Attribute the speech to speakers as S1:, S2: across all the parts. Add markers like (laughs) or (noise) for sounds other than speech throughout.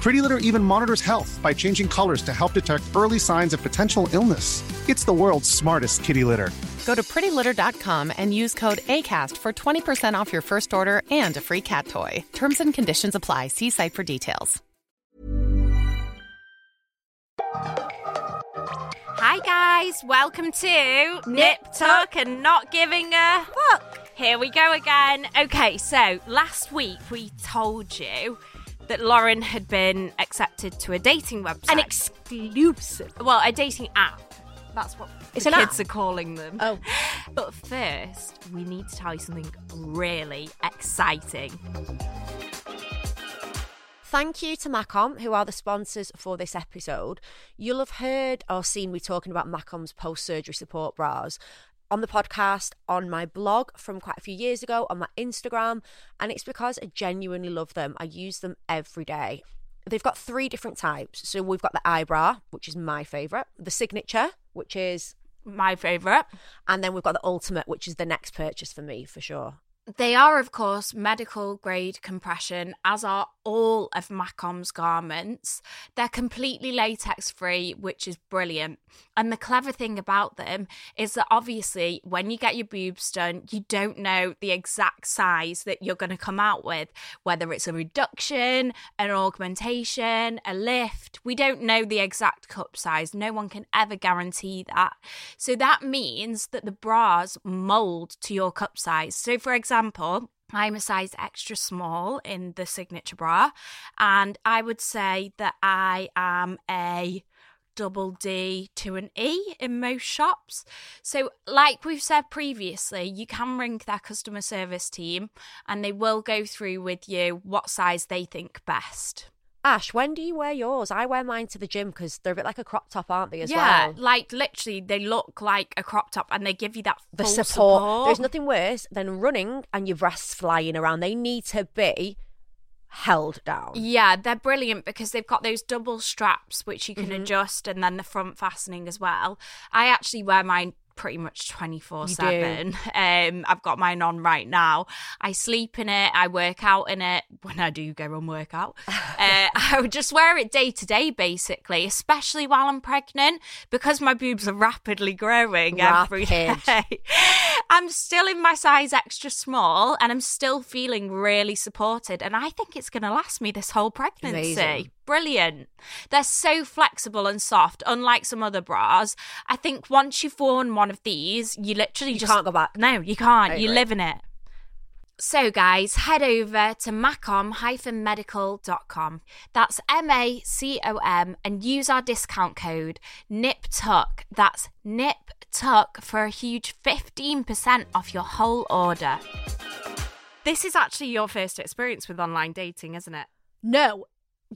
S1: Pretty Litter even monitors health by changing colors to help detect early signs of potential illness. It's the world's smartest kitty litter.
S2: Go to prettylitter.com and use code ACAST for 20% off your first order and a free cat toy. Terms and conditions apply. See site for details.
S3: Hi guys, welcome to Nip Tuck and Not Giving a Fuck. Here we go again. Okay, so last week we told you that Lauren had been accepted to a dating website.
S4: An exclusive.
S3: well, a dating app. That's what
S4: It's
S3: the
S4: an
S3: kids
S4: app.
S3: are calling them.
S4: Oh.
S3: But first, we need to tell you something really exciting.
S4: Thank you to Macom, who are the sponsors for this episode. You'll have heard or seen me talking about Macom's post surgery support bras on the podcast, on my blog from quite a few years ago, on my Instagram, and it's because I genuinely love them. I use them every day. They've got three different types. So we've got the eye bra, which is my favourite, the signature, which is,
S3: My favourite.
S4: and then we've got the ultimate, which is the next purchase for me for sure.
S3: They are, of course, medical grade compression, as are all of Macom's garments. They're completely latex free, which is brilliant. And the clever thing about them is that obviously, when you get your boobs done, you don't know the exact size that you're going to come out with, whether it's a reduction, an augmentation, a lift. We don't know the exact cup size. No one can ever guarantee that. So that means that the bras mold to your cup size. So, for example, I'm a size extra small in the signature bra, and I would say that I am a double D to an E in most shops. So, like we've said previously, you can ring their customer service team and they will go through with you what size they think best.
S4: Ash, when do you wear yours? I wear mine to the gym because they're a bit like a crop top, aren't they? As
S3: yeah,
S4: well.
S3: like literally, they look like a crop top and they give you that
S4: the
S3: full
S4: support. There's nothing worse than running and your breasts flying around. They need to be held down.
S3: Yeah, they're brilliant because they've got those double straps which you can
S4: Mm-hmm.
S3: adjust and then the front fastening as well. I actually wear mine pretty much 24 7. (laughs) Um, I've got mine on right now. I sleep in it, I work out in it when I do go and work
S4: (laughs)
S3: out. uh, (laughs) I would just wear it day to day basically, especially while I'm pregnant because my boobs are rapidly growing every day.
S4: Rapid.
S3: (laughs) I'm still in my size extra small and I'm still feeling really supported. And I think it's going to last me this whole pregnancy.
S4: Amazing.
S3: Brilliant. They're so flexible and soft, unlike some other bras. I think once you've worn one of these, you literally
S4: You
S3: just
S4: can't go back.
S3: No, you can't.
S4: I
S3: You
S4: agree.
S3: live in it. So, guys, head over to macom-medical.com. That's M-A-C-O-M and use our discount code NIPTUCK. That's NIPTUCK for a huge 15% off your whole order. This is actually your first experience with online dating, isn't it?
S4: No,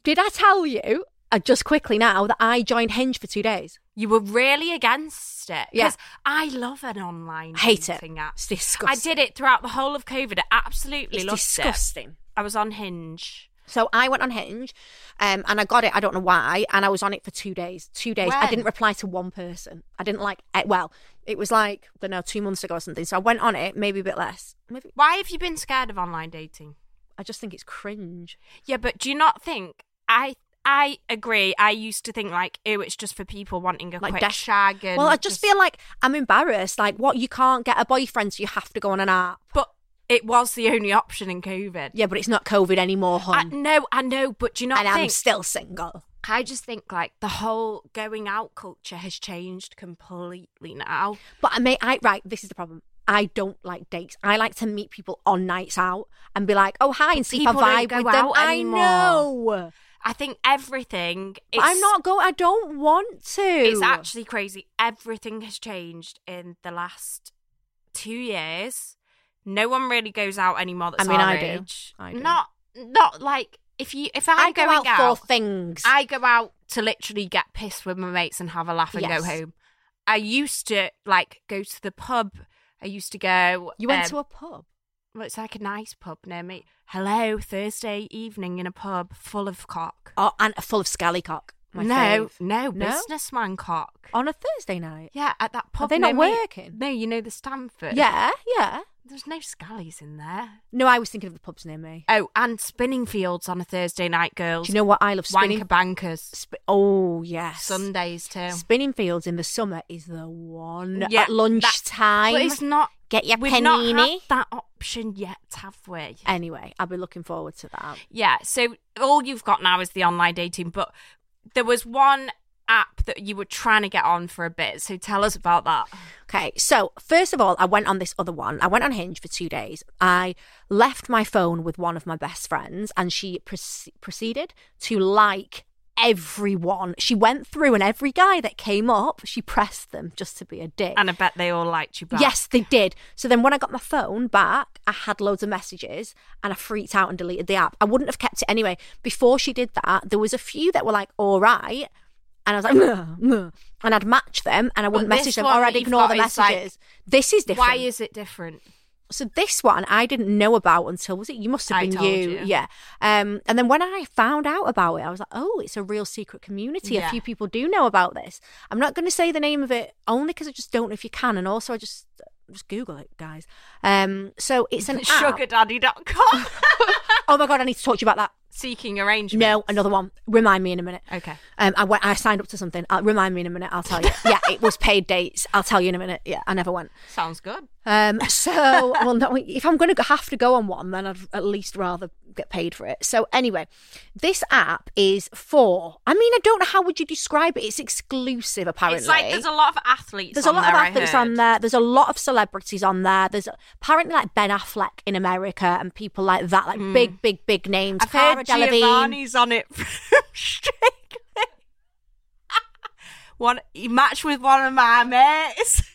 S4: did I tell you? Uh, just quickly now that I joined Hinge for two days.
S3: You were really against it.
S4: Yeah.
S3: Because I love an online
S4: Hate it.
S3: dating app.
S4: It's disgusting.
S3: I did it throughout the whole of COVID. I absolutely
S4: It's
S3: loved it.
S4: disgusting.
S3: I was on Hinge.
S4: So I went on Hinge, um, and I got it. I don't know why, and I was on it for two days. Two days. I
S3: When?
S4: didn't reply to one person. I didn't like. eh, Well, it was like I don't know, two months ago or something. So I went on it, maybe a bit less. Maybe
S3: Why have you been scared of online dating?
S4: I just think it's cringe.
S3: Yeah, but do you not think I I agree. I used to think like, oh, it's just for people wanting a
S4: like
S3: quick
S4: death-
S3: shag. And
S4: well, I just feel like I'm embarrassed. Like, what you can't get a boyfriend, so you have to go on an app.
S3: but it was the only option in COVID.
S4: Yeah, but it's not COVID anymore,
S3: I,
S4: hon.
S3: no, I know, but do you not
S4: and I'm
S3: think?
S4: still single.
S3: I just think like the whole going out culture has changed completely now.
S4: But I may, I right. This is the problem. I don't like dates. I like to meet people on nights out and be like, "Oh, hi," and see if I
S3: people don't
S4: vibe
S3: go
S4: with them.
S3: out
S4: I
S3: anymore.
S4: know.
S3: I think everything.
S4: But I'm not going. I don't want to.
S3: It's actually crazy. Everything has changed in the last two years. No one really goes out anymore. That's
S4: I mean,
S3: our
S4: I do.
S3: age.
S4: I do.
S3: Not, not like if you if I'm
S4: I go
S3: going
S4: out,
S3: out,
S4: for things.
S3: I go out to literally get pissed with my mates and have a laugh and
S4: Yes.
S3: go home. I used to like go to the pub. I used to go.
S4: you went
S3: um,
S4: to a pub.
S3: well, it's like a nice pub near me. Hello, Thursday evening in a pub full of cock.
S4: Oh, and full of scallycock. My
S3: no,
S4: fave.
S3: no, businessman cock.
S4: On a Thursday night.
S3: Yeah, at that pub.
S4: they not
S3: near me-
S4: working?
S3: No, you know the Stanford.
S4: Yeah, yeah.
S3: There's no scallies in there.
S4: No, I was thinking of the pubs near me.
S3: Oh, and spinning fields on a Thursday night, girls.
S4: Do you know what I love? Spinning.
S3: Wanker bankers.
S4: Sp- oh yes.
S3: Sundays too.
S4: Spinning fields in the summer is the one.
S3: Yeah,
S4: At lunchtime.
S3: But it's not.
S4: Get your
S3: we've not had
S4: panini.
S3: that option yet, have we?
S4: Anyway, I'll be looking forward to that.
S3: Yeah. So all you've got now is the online dating, but there was one app that you were trying to get on for a bit. So tell us about that.
S4: Okay, so first of all, I went on this other one. I went on Hinge for two days. I left my phone with one of my best friends, and she proce- proceeded to like everyone. She went through, and every guy that came up, she pressed them just to be a dick.
S3: And I bet they all liked you back.
S4: Yes, they did. So then when I got my phone back, I had loads of messages and I freaked out and deleted the app. I wouldn't have kept it anyway. Before she did that, there was a few that were like, all right. And I was like, "Nah, nah," and I'd match them and I
S3: But
S4: wouldn't
S3: this
S4: message them
S3: one
S4: or
S3: that
S4: I'd
S3: you've
S4: ignore the
S3: got is like,
S4: messages. this is different.
S3: Why is it different?
S4: So this one I didn't know about until was it you must have
S3: I
S4: been
S3: told
S4: you.
S3: you.
S4: yeah. Um, and then when I found out about it, I was like, oh, it's a real secret community. A
S3: Yeah.
S4: few people do know about this. I'm not going to say the name of it only because I just don't know if you can, and also I just just Google it, guys. Um, so it's
S3: (laughs)
S4: an app.
S3: sugardaddy.com.
S4: Oh my god, I need to talk to you about that.
S3: (laughs) Seeking arrangement.
S4: No, another one. Remind me in a minute.
S3: Okay.
S4: Um, I went. I signed up to something. I'll, remind me in a minute. I'll tell you. Yeah, it was paid dates. I'll tell you in a minute. Yeah, I never went.
S3: Sounds good.
S4: Um, so, well, no, if I'm going to have to go on one, then I'd at least rather get paid for it. So, anyway, this app is for. I mean, I don't know how would you describe it. It's exclusive, apparently.
S3: It's like there's a lot of athletes.
S4: There's
S3: on
S4: a lot
S3: there, I
S4: of athletes
S3: heard.
S4: on there. There's a lot of celebrities on there. There's apparently like Ben Affleck in America and people like that, like big, big, big names.
S3: Hmm. I've
S4: Cara
S3: heard
S4: Delevingne.
S3: Giovanni's on it (laughs) from Strictly. one he matched with one of my mates.
S4: (laughs)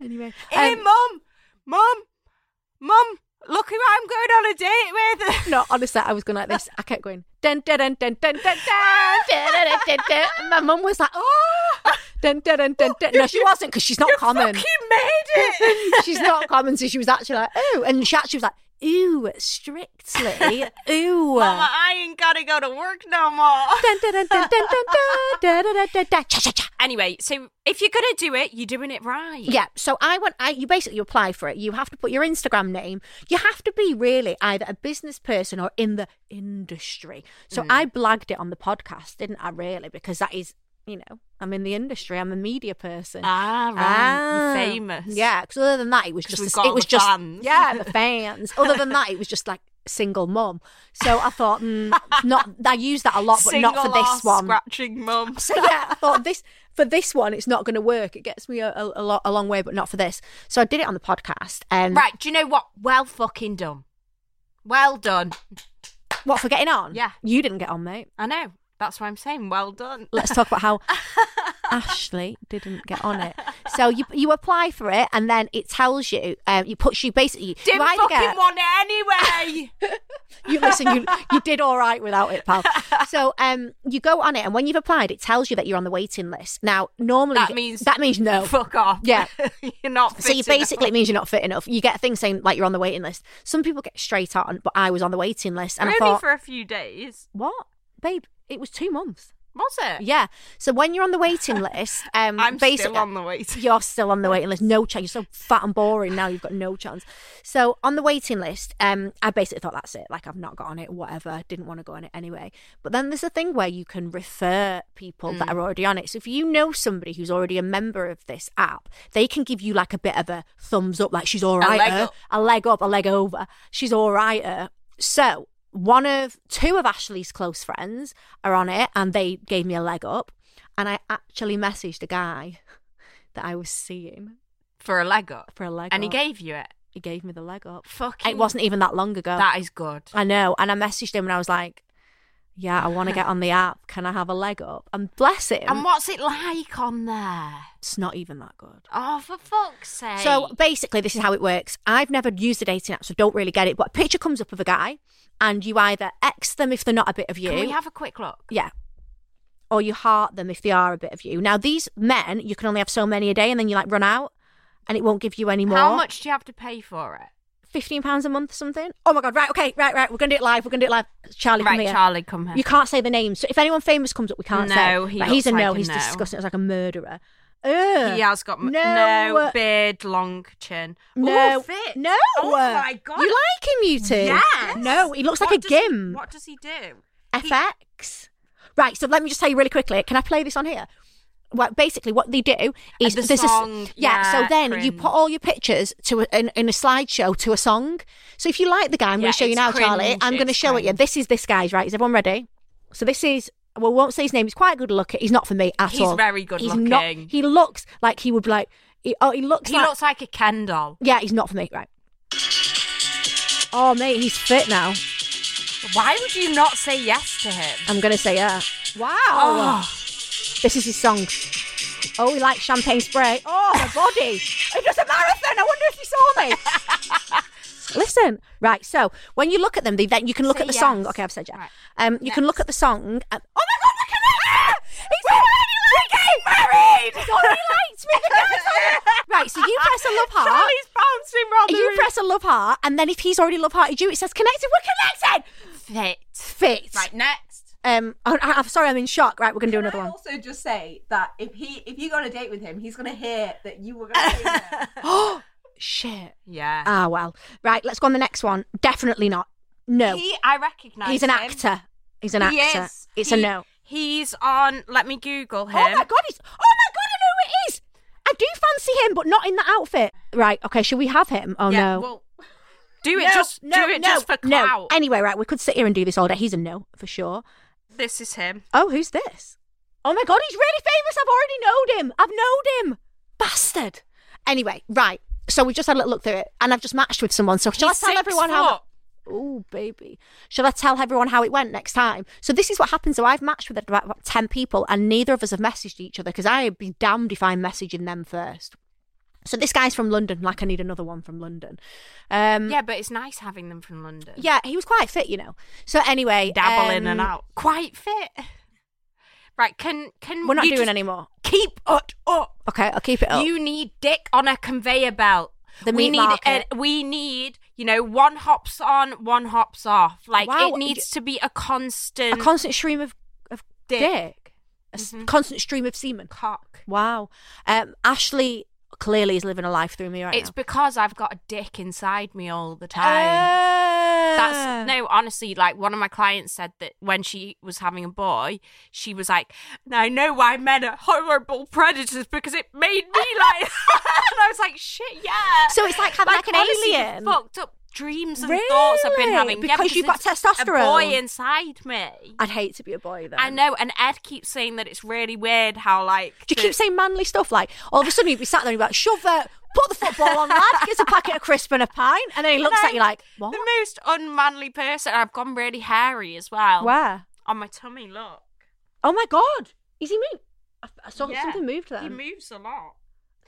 S4: Anyway,
S3: Hey,
S4: um,
S3: mum, mum, mum! Look who I'm going on a date with.
S4: No, honestly, I was going like this. I kept going. Dun, dun, dun, dun, dun, dun, dun, dun, dun, dun, dun, dun. And My mum was like, oh. Dun, dun, dun, dun, dun. No, she wasn't because she's not
S3: You
S4: (laughs) common.
S3: fucking made
S4: (laughs)
S3: it.
S4: She's not common. So she was actually like, oh. And she actually was like, ooh, strictly. Ooh.
S3: Mama, I ain't gotta go to work no
S4: (laughs)
S3: more.
S4: Dun, dun, dun, dun, dun, dun, dun, dun, dun, dun, dun, dun. Cha, cha, cha.
S3: Anyway, so if you're gonna do it, you're doing it right.
S4: Yeah, so I went. I, you basically apply for it. You have to put your Instagram name. You have to be really either a business person or in the industry. So I blagged it on the podcast, didn't I? Really, because that is, you know, I'm in the industry. I'm a media person.
S3: Ah, right. You're
S4: Ah.
S3: famous.
S4: Yeah, because other than that, it was
S3: 'Cause
S4: just
S3: we've
S4: a-
S3: got
S4: it
S3: all
S4: was
S3: the
S4: just
S3: fans. (laughs)
S4: yeah the fans. other than that, it was just like single mum. So I
S3: (laughs)
S4: thought, mm, not I use that a lot, but not for
S3: Single
S4: this
S3: arse
S4: one.
S3: Scratching
S4: (laughs)
S3: mum.
S4: So yeah, I thought this for this one, it's not going to work. It gets me a, a, a, lot, a long way, but not for this. So I did it on the podcast. Um,
S3: Right, do you know what? Well fucking done. Well done.
S4: What for getting on?
S3: Yeah.
S4: you didn't get on, mate.
S3: I know. That's why I'm saying well done.
S4: Let's talk about how Ashley didn't get on it. So you you apply for it, and then it tells you. Um, you put you basically
S3: (laughs) Didn't
S4: you either
S3: fucking
S4: get-
S3: want it
S4: (laughs)
S3: anyway.
S4: you listen you you did all right without it pal so um you go on it and when you've applied it tells you that you're on the waiting list now normally
S3: that means
S4: that
S3: (laughs)
S4: means no
S3: Fuck off.
S4: Yeah.
S3: you're not.
S4: so you
S3: fit enough.
S4: basically it means you're not fit enough you get things saying like you're on the waiting list some people get straight on but i was on the waiting list and
S3: really
S4: i thought
S3: for a few days.
S4: what babe it was two months
S3: Was it?
S4: yeah so when you're on the waiting list um
S3: (laughs) I'm
S4: basically
S3: still on the wait.
S4: you're still on the waiting list. No chance. You're so fat and boring now. You've got no chance. So on the waiting list, um, I basically thought that's it. Like I've not got on it. Whatever. Didn't want to go on it anyway. But then there's a thing where you can refer people that are already on it. So if you know somebody who's already a member of this app, they can give you like a bit of a thumbs up. Like she's all right.
S3: leg
S4: her.
S3: up.
S4: A leg up. A leg over. She's all right. her. So. One of two of Ashley's close friends are on it, and they gave me a leg up. And I actually messaged a guy (laughs) that I was seeing
S3: (laughs) For a leg up.
S4: for a leg.
S3: and he
S4: up.
S3: gave you it.
S4: He gave me the leg up.
S3: Fucking-
S4: It wasn't even that long ago.
S3: That is good.
S4: I know. And I messaged him and I was like, yeah, I
S3: (laughs)
S4: want to get on the app. Can I have a leg up? And bless him.
S3: And what's it like on there?
S4: It's not even that good.
S3: Oh, for fuck's sake.
S4: So basically, this is how it works. I've never used a dating app, so don't really get it. But a picture comes up of a guy, and you either X them if they're not a bit of you.
S3: can we have a quick look?
S4: yeah. Or you heart them if they are a bit of you. Now, these men, you can only have so many a day, and then you like run out, and it won't give you any more.
S3: How much do you have to pay for it?
S4: Fifteen pounds a month, or something. Oh my god! Right, okay, right, right. We're gonna do it live. We're gonna do it live. Charlie, come
S3: Right,
S4: here.
S3: Charlie, come here.
S4: You can't say the names. So if anyone famous comes up, we can't say.
S3: No, he
S4: But he's a
S3: looks
S4: no.
S3: like a
S4: he's
S3: no.
S4: disgusting. It's like a murderer. Ugh.
S3: He has got m-
S4: No.
S3: no, beard, long chin.
S4: No,
S3: Ooh, fit.
S4: no.
S3: Oh my god.
S4: You like him, you two?
S3: Yes.
S4: No, he looks like
S3: What
S4: a
S3: does he-
S4: gim.
S3: what does he do?
S4: FX. Right. So let me just tell you really quickly. Can I play this on here? Well, basically, what they do is
S3: Uh, the
S4: there's a s-
S3: song,
S4: yeah. So
S3: yeah,
S4: then you
S3: cringe.
S4: put all your pictures to a, in, in a slideshow to a song. So if you like the guy, I'm
S3: Yeah,
S4: going to show you
S3: it's
S4: now, Charlie.
S3: cringe,
S4: I'm going to
S3: it's
S4: show it you.
S3: cringe.
S4: This is this guy's right. Is everyone ready? So this is. Well, we won't say his name. He's quite good looking. He's not for me at
S3: He's
S4: all.
S3: very good
S4: He's not-
S3: looking.
S4: he looks like he would be like. He, oh, he looks.
S3: He
S4: like,
S3: looks like a Ken doll.
S4: Yeah, he's not for me. Right. Oh, mate, he's fit now.
S3: Why would you not say yes to him?
S4: I'm gonna say yeah. Wow.
S3: Oh,
S4: This is his song. Oh, he likes champagne spray. Oh, my body. He does a marathon. I wonder if he saw me.
S3: (laughs)
S4: Listen, right. So when you look at them, they, then you can look
S3: Say
S4: at the
S3: yes.
S4: song. Okay, I've said yeah.
S3: Right.
S4: Um, you can look
S3: Next.
S4: at the song. And, oh my God, look
S3: Ah!
S4: at that! He's already married. He's already liked me. The
S3: (laughs)
S4: guy's already- (laughs) Right. So you press a love heart.
S3: Oh. Charlie's bouncing round the
S4: You
S3: room.
S4: press a love heart, and then if he's already love hearted you, it says connected. We're connected.
S3: fit.
S4: Fit.
S3: Right next.
S4: Um. I, I, I'm sorry. I'm in shock. Right. We're gonna do
S5: Can
S4: another
S5: I
S4: one.
S5: also just say that if he if you go on a date with him, he's gonna hear that you were gonna date
S3: (laughs)
S5: him.
S4: (gasps) Shit.
S3: Yeah.
S4: Ah, well. Right, let's go on the next one. Definitely not. No.
S3: He, I recognise.
S4: he's an
S3: him.
S4: actor. He's an
S3: He
S4: actor.
S3: is.
S4: It's a
S3: He-
S4: no.
S3: He's on. Let me Google him.
S4: Oh my god, he's Oh my god, I know who it is. I do fancy him, but not in that outfit. Right, okay, should we have him? Oh
S3: yeah,
S4: no.
S3: Well, do it
S4: No,
S3: just.
S4: no,
S3: do it
S4: no,
S3: just for
S4: no.
S3: clout.
S4: Anyway, right, we could sit here and do this all day. He's a no, for sure.
S3: This is him.
S4: Oh, who's this? Oh my god, he's really famous. I've already known him. I've known him. Bastard. Anyway, right. So we just had a little look through it and I've just matched with someone. So shall
S3: He's
S4: I tell
S3: six
S4: everyone how
S3: foot.
S4: Oh, baby. Shall I tell everyone how it went next time? So, this is what happened. So, I've matched with about about 10 people, and neither of us have messaged each other because I'd be damned if I'm messaging them first. So, this guy's from London. Like, I need another one from London. Um,
S3: Yeah, but it's nice having them from London.
S4: yeah, he was quite fit, you know. So, anyway.
S3: dabble in
S4: um,
S3: and out. Quite fit. Right, can can
S4: We're not
S3: you
S4: doing
S3: just
S4: anymore.
S3: Keep it up.
S4: Okay, I'll keep it up.
S3: You need dick on a conveyor belt.
S4: The
S3: we
S4: meat
S3: need
S4: market.
S3: A, we need, you know, one hops on, one hops off. Like
S4: Wow,
S3: it needs to be a
S4: a
S3: constant
S4: constant stream of, of dick.
S3: Dick. Mm-hmm.
S4: A s- constant stream of semen.
S3: cock.
S4: Wow. Um, Ashley clearly is living a life through me right
S3: it's
S4: now.
S3: because I've got a dick inside me all the time.
S4: That's Ah.
S3: That's no, honestly, like one of my clients said that when she was having a boy, she was like, Now I know why men are horrible predators because it made
S4: (laughs)
S3: me like (laughs) and I was like, shit, yeah.
S4: So it's like having, like, an
S3: honestly,
S4: alien.
S3: Fucked up dreams and thoughts I've been
S4: Really?
S3: having. Yeah,
S4: Because you've got
S3: it's
S4: testosterone.
S3: A boy inside me.
S4: I'd hate to be a boy though.
S3: I know, and Ed keeps saying that it's really weird how like
S4: Do you
S3: the-
S4: keep saying manly stuff? Like all of a sudden you'd be sat there and you'd be like, shove it, put the football on, lad, here's a packet of crisp and a pint, and then he looks at you like, what?
S3: the most unmanly person. I've gone really hairy as well.
S4: Where?
S3: On my tummy, look.
S4: Oh my god, is he mean? I, I saw
S3: Yeah,
S4: something moved there.
S3: He moves a lot.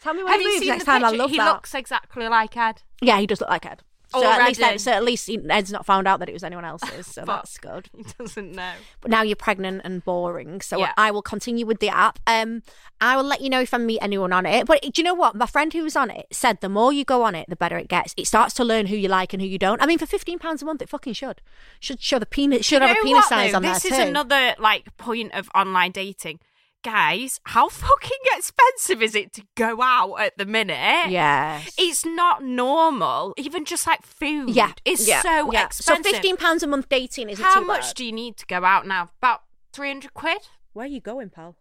S4: Tell me when
S3: Have
S4: he
S3: you
S4: moves
S3: seen
S4: next
S3: the
S4: time. I
S3: picture?
S4: love
S3: he
S4: that.
S3: looks exactly like Ed.
S4: Yeah, he does look like Ed.
S3: Oh,
S4: So at, least
S3: Already.
S4: Ed, so at least he- Ed's not found out that it was anyone else's, so
S3: Fuck.
S4: that's good.
S3: (laughs) He doesn't know.
S4: But now you're pregnant and boring, so
S3: Yeah.
S4: I will continue with the app. Um, I will let you know if I meet anyone on it. But do you know what? My friend who was on it said the more you go on it, the better it gets. It starts to learn who you like and who you don't. I mean, for fifteen pounds a month, it fucking should should show the penis should
S3: You
S4: have a
S3: know
S4: penis
S3: what,
S4: size
S3: though?
S4: on
S3: This
S4: there
S3: is
S4: too.
S3: another like point of online dating. Guys, how (laughs) fucking expensive is it to go out at the minute?
S4: yeah.
S3: It's not normal. Even just like food.
S4: Yeah,
S3: It's
S4: yeah,
S3: so
S4: yeah.
S3: expensive.
S4: So fifteen pounds a month dating isn't
S3: How
S4: too
S3: much
S4: bad.
S3: do you need to go out now? About 300 quid?
S4: Where are you going, pal?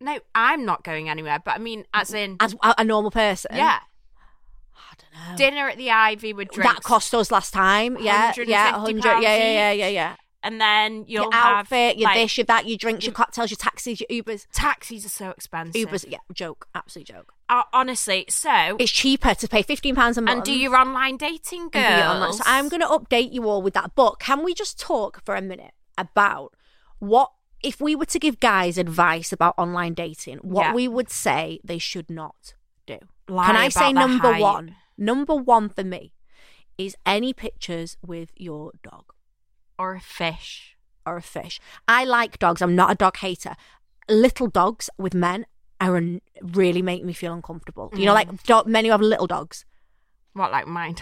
S3: No, I'm not going anywhere, but I mean, as in,
S4: As a, a normal person,
S3: yeah,
S4: I don't know.
S3: dinner at the Ivy with drinks.
S4: that cost us last time? Yeah, yeah,
S3: £150
S4: hundred. Yeah, yeah, yeah, yeah,
S3: each.
S4: yeah.
S3: And then you'll
S4: your
S3: have,
S4: outfit, your
S3: like,
S4: this, your that, your drinks, your
S3: your-
S4: cocktails, your taxis, your Ubers.
S3: Taxis are so expensive.
S4: Ubers, yeah, joke, absolute joke.
S3: uh, honestly, so
S4: It's cheaper to pay fifteen pounds a month.
S3: Oh. and do your online dating,
S4: and do
S3: girls.
S4: your online- So I'm going to update you all with that. But can we just talk for a minute about what if we were to give guys advice about online dating? What
S3: Yeah.
S4: we would say they should not do.
S3: Lie
S4: can I
S3: about
S4: say
S3: their
S4: number
S3: height.
S4: one? Number one for me is any pictures with your dog
S3: or a fish.
S4: or a fish. I like dogs. I'm not a dog hater. Little dogs with men are an- really make me feel uncomfortable. You know,
S3: Mm.
S4: like do- men who have little dogs.
S3: What like (laughs) mine?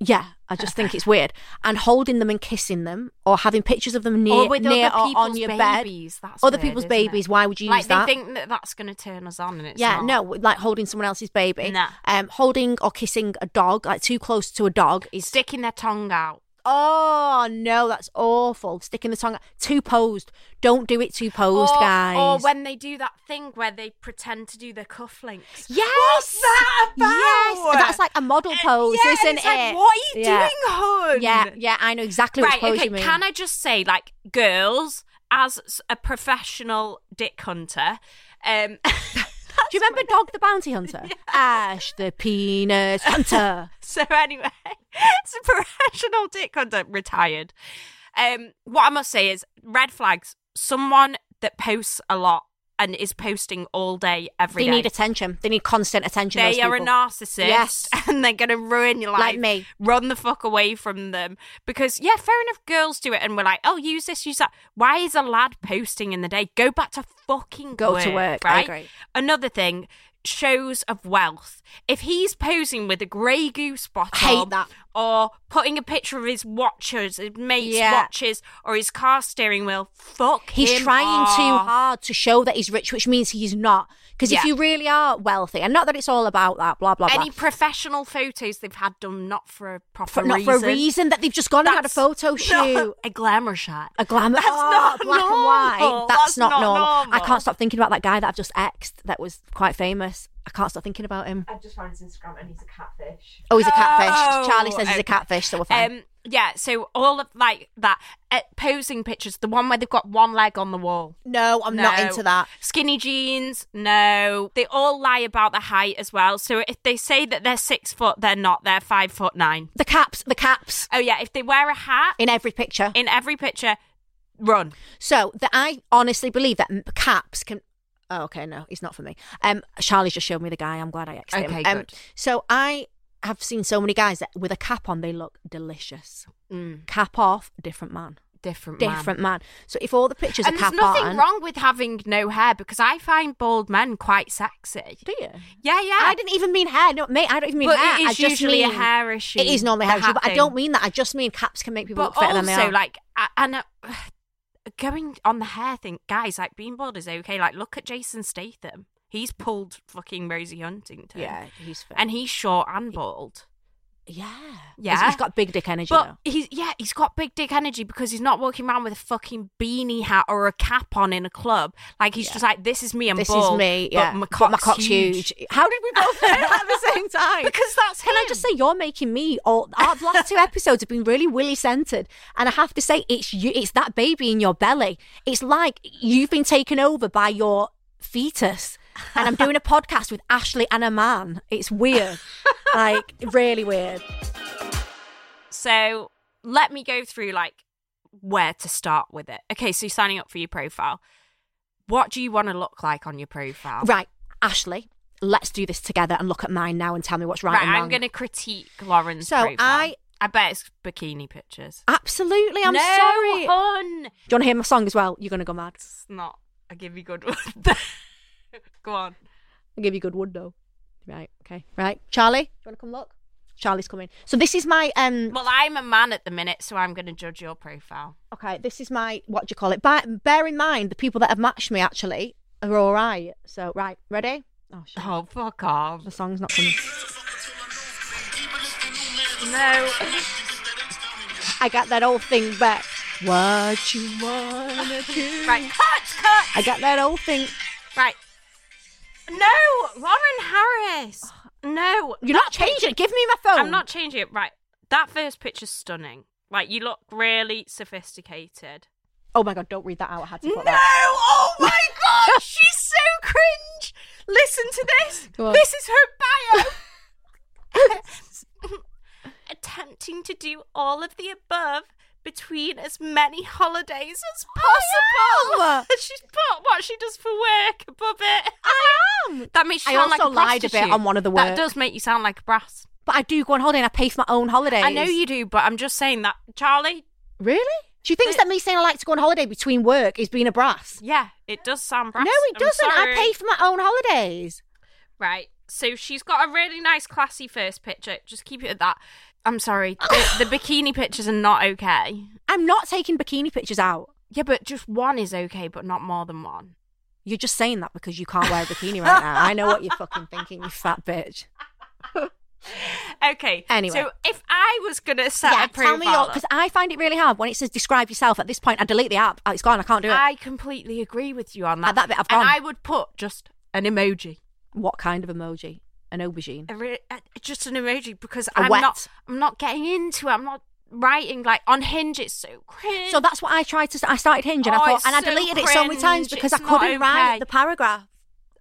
S4: Yeah, I just think
S3: (laughs)
S4: it's weird. And holding them and kissing them, or having pictures of them near,
S3: or with
S4: near
S3: other
S4: or
S3: people's
S4: on your bed.
S3: babies. That's
S4: Other
S3: weird,
S4: people's
S3: isn't it?
S4: babies, why would you
S3: like,
S4: use that?
S3: They think that that's going to turn us on, and it's
S4: yeah,
S3: not.
S4: no, like holding someone else's baby.
S3: Nah.
S4: Um, holding or kissing a dog, like too close to a dog, is
S3: sticking their tongue out.
S4: Oh no, that's awful. Sticking the tongue out. too posed. Don't do it too posed,
S3: or,
S4: guys.
S3: Or when they do that thing where they pretend to do their cufflinks.
S4: Yes.
S3: What's that about?
S4: Yes, that's like a model
S3: Uh,
S4: pose,
S3: yeah, and
S4: isn't
S3: it's like,
S4: it?
S3: what are you
S4: Yeah.
S3: doing, hun?
S4: Yeah, yeah, I know exactly which
S3: Right,
S4: pose
S3: okay.
S4: you mean.
S3: Can I just say, like, girls, as s- a professional dick hunter, um, (laughs)
S4: Do you remember Dog the Bounty Hunter? Ash the Penis Hunter.
S3: so anyway, it's a professional dick hunter, retired. Um, what I must say is red flags. Someone that posts a lot and is posting all day, (laughs) every
S4: they
S3: day.
S4: need attention. They need constant attention.
S3: they
S4: those
S3: are a
S4: people.
S3: narcissist
S4: Yes.
S3: (laughs) and they're going to ruin your life.
S4: Like me.
S3: Run the fuck away from them. Because, yeah, fair enough, girls do it and we're like, oh, use this, use that. Why is a lad posting in the day? Go back to fucking
S4: Go
S3: work,
S4: to work, I
S3: Right?
S4: agree.
S3: Another thing, shows of wealth. If he's posing with a grey goose bottle
S4: hate that.
S3: or putting a picture of his watches, his mate's
S4: Yeah.
S3: watches, or his car steering wheel, fuck
S4: He's
S3: him
S4: trying
S3: off.
S4: too hard to show that he's rich, which means he's not. Because
S3: Yeah.
S4: if you really are wealthy, and not that it's all about that, blah blah blah.
S3: Any professional photos they've had done not for a proper
S4: for, not for a reason that they've just gone and had a
S3: That's (laughs)
S4: photo
S3: not
S4: shoot.
S3: a glamour shot.
S4: A glamour.
S3: That's
S4: oh,
S3: not
S4: black and white.
S3: normal.
S4: That's,
S3: That's
S4: not,
S3: not
S4: normal. I
S3: normal.
S4: can't stop thinking about that guy that I've just exed that was quite famous. I can't stop thinking about him.
S5: I've just found his Instagram and he's a catfish.
S4: Oh, he's a catfish.
S3: Oh,
S4: Charlie says he's
S3: okay.
S4: a catfish, so we're fine.
S3: Um, yeah, so all of like that uh, posing pictures, the one where they've got one leg on the wall.
S4: no, I'm not
S3: No.
S4: into that.
S3: Skinny jeans, no. They all lie about the height as well. So if they say that they're six foot, they're not. They're five foot nine.
S4: The caps, the caps
S3: Oh yeah, if they wear a hat
S4: in every picture.
S3: in every picture, run.
S4: So that I honestly believe that m- caps can. Oh, okay, no, he's not for me. Um, Charlie's just showed me the guy. I'm glad I exed him.
S3: Okay,
S4: Um,
S3: good.
S4: So I have seen so many guys that with a cap on, they look delicious.
S3: Mm,
S4: Cap off, different man,
S3: different, man.
S4: different man. So if all the pictures
S3: And
S4: are
S3: there's
S4: cap
S3: nothing
S4: on,
S3: wrong with having no hair because I find bald men quite sexy.
S4: do you?
S3: Yeah, yeah.
S4: I didn't even mean hair. No, mate, I don't even mean
S3: But
S4: hair.
S3: it is
S4: I just
S3: usually a
S4: mean-
S3: hair issue,
S4: It is normally a
S3: the
S4: hair issue,
S3: hat
S4: but I don't
S3: thing.
S4: mean that. I just mean caps can make people
S3: but
S4: look fitter
S3: also
S4: than they are.
S3: like I- and uh, (sighs) going on the hair thing guys like being bald is okay like look at jason statham he's pulled fucking rosie huntington
S4: yeah, he's fit.
S3: and he's short and bald
S4: yeah,
S3: Yeah.
S4: He's- he's got big dick energy
S3: but
S4: though.
S3: he's yeah he's got big dick energy because he's not walking around with a fucking beanie hat or a cap on in a club like he's
S4: Yeah.
S3: just like this is me I'm
S4: this
S3: bald,
S4: is me.
S3: but
S4: Yeah,
S3: my
S4: But
S3: cock's,
S4: huge. How did we both say that at the
S3: (laughs)
S4: same time?
S3: because that's
S4: Can I
S3: him.
S4: just say you're making me all our last two episodes have been really willy centered, and I have to say it's you, it's that baby in your belly. It's like you've been taken over by your fetus, and I'm doing a podcast with Ashley and a man.
S3: (laughs)
S4: It's weird, like really weird.
S3: So let me go through like where to start with it. Okay, so you're signing up for your profile. What do you want to look like on your profile?
S4: Right, Ashley, let's do this together and look at mine now and tell me what's right.
S3: Right,
S4: and
S3: I'm
S4: wrong.
S3: going to critique Lauren's
S4: So
S3: profile.
S4: I-
S3: I bet it's bikini pictures.
S4: absolutely. I'm
S3: no,
S4: sorry. Do
S3: hun.
S4: you want to hear my song as well? You're gonna go mad.
S3: It's not. I give you good one. (laughs) go on.
S4: I'll give you good wood though. Right, okay. Right. Charlie, do you wanna come look? Charlie's coming. So this is my um
S3: Well, I'm a man at the minute, so I'm going to judge your profile.
S4: okay, this is my what do you call it? Bear, bear in mind the people that have matched me actually are alright. So right, ready? Oh shit.
S3: Oh, fuck off.
S4: The song's not coming.
S3: No.
S4: I got that old thing back. What you wanna do?
S3: right, cut, cut.
S4: I got that old thing.
S3: Right. No, Lauren Harris. No.
S4: You're not changing it. Give me my phone.
S3: I'm not changing it. Right. That first picture's stunning. Like you look really sophisticated.
S4: Oh my god, don't read that out. I had to
S3: No!
S4: (laughs) put that.
S3: Oh my gosh, she's so cringe. Listen to this.
S6: Go on.
S3: This is her
S4: (laughs)
S3: bio. (laughs) Attempting to do all of the above between as many holidays as possible. (laughs)
S6: am.
S3: She's put what she does for work above it.
S4: I am.
S3: (laughs) That makes you
S4: I
S3: sound like
S4: also
S3: a
S4: lied a bit
S3: prostitute.
S4: on one of the
S3: That
S4: work.
S3: does make you sound like a brass.
S4: But I do go on holiday and I pay for my own holidays.
S3: I know you do, but I'm just saying that, Charlie.
S6: Really?
S4: She thinks that me saying I like to go on holiday between work is being a brass.
S3: Yeah, it does sound brass.
S4: no, it
S3: I'm
S4: doesn't. I
S3: sorry.
S4: pay for my own holidays.
S3: Right. So she's got a really nice, classy first picture. Just keep it at that. I'm sorry. (laughs) The, the bikini pictures are not okay.
S4: I'm not taking bikini pictures out.
S3: Yeah, but just one is okay, but not more than one.
S4: You're just saying that because you can't wear a bikini right now. I know what you're fucking thinking, you
S3: (laughs)
S4: fat bitch.
S3: Okay.
S4: Anyway.
S3: So if I was gonna set
S4: yeah,
S3: a profile,
S4: tell me your
S3: up,
S4: because I find it really hard when it says describe yourself. At this point, I delete the app. Oh, It's gone. I can't do it.
S3: I completely agree with you on that.
S4: Uh, that bit I've gone.
S3: And I would put just an emoji,
S4: What kind of emoji? An aubergine.
S3: a re- uh, just an emoji, because
S4: A
S3: I'm
S4: wet.
S3: not, I'm not getting into it. I'm not writing like on Hinge. It's so cringe.
S4: So that's what I tried to. s- I started Hinge and
S3: Oh,
S4: I thought,
S3: it's
S4: and I
S3: so
S4: deleted it so many times
S3: cringe.
S4: because I
S3: It's not
S4: couldn't write
S3: okay.
S4: the paragraph.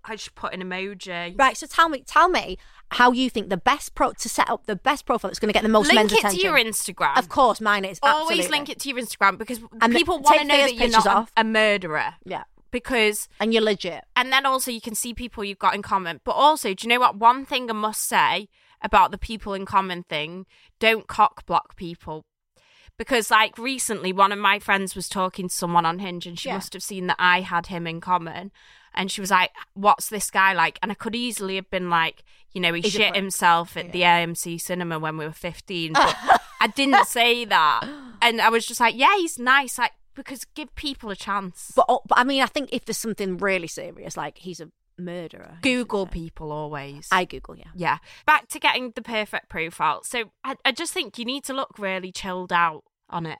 S3: I just put an emoji.
S4: Right. So tell me, tell me how you think the best pro to set up the best profile that's going to get the most
S3: link
S4: men's
S3: it
S4: attention.
S3: to your Instagram.
S4: Of course, mine is
S3: always
S4: absolutely.
S3: link it to your Instagram because
S4: And
S3: people
S4: take
S3: want to know
S4: those
S3: that you're
S4: pictures
S3: not a,
S4: off.
S3: a murderer
S4: Yeah,
S3: because
S4: and you're legit.
S3: and then also you can see people you've got in common but also do you know what one thing i must say about the people in common thing don't cock block people because like recently one of my friends was talking to someone on hinge and she
S4: Yeah.
S3: must have seen that i had him in common and she was like what's this guy like and i could easily have been like you know he
S4: He's a
S3: shit
S4: prick.
S3: himself at the amc cinema when we were 15 but i
S4: (laughs)
S3: didn't say that and i was just like yeah he's nice like because give people a chance
S4: But, oh, but I mean, I think if there's something really serious, like he's a murderer, you should
S3: google
S4: say.
S3: people always
S4: I Google, yeah.
S3: yeah back to getting the perfect profile so I, I just think you need to look really chilled out on it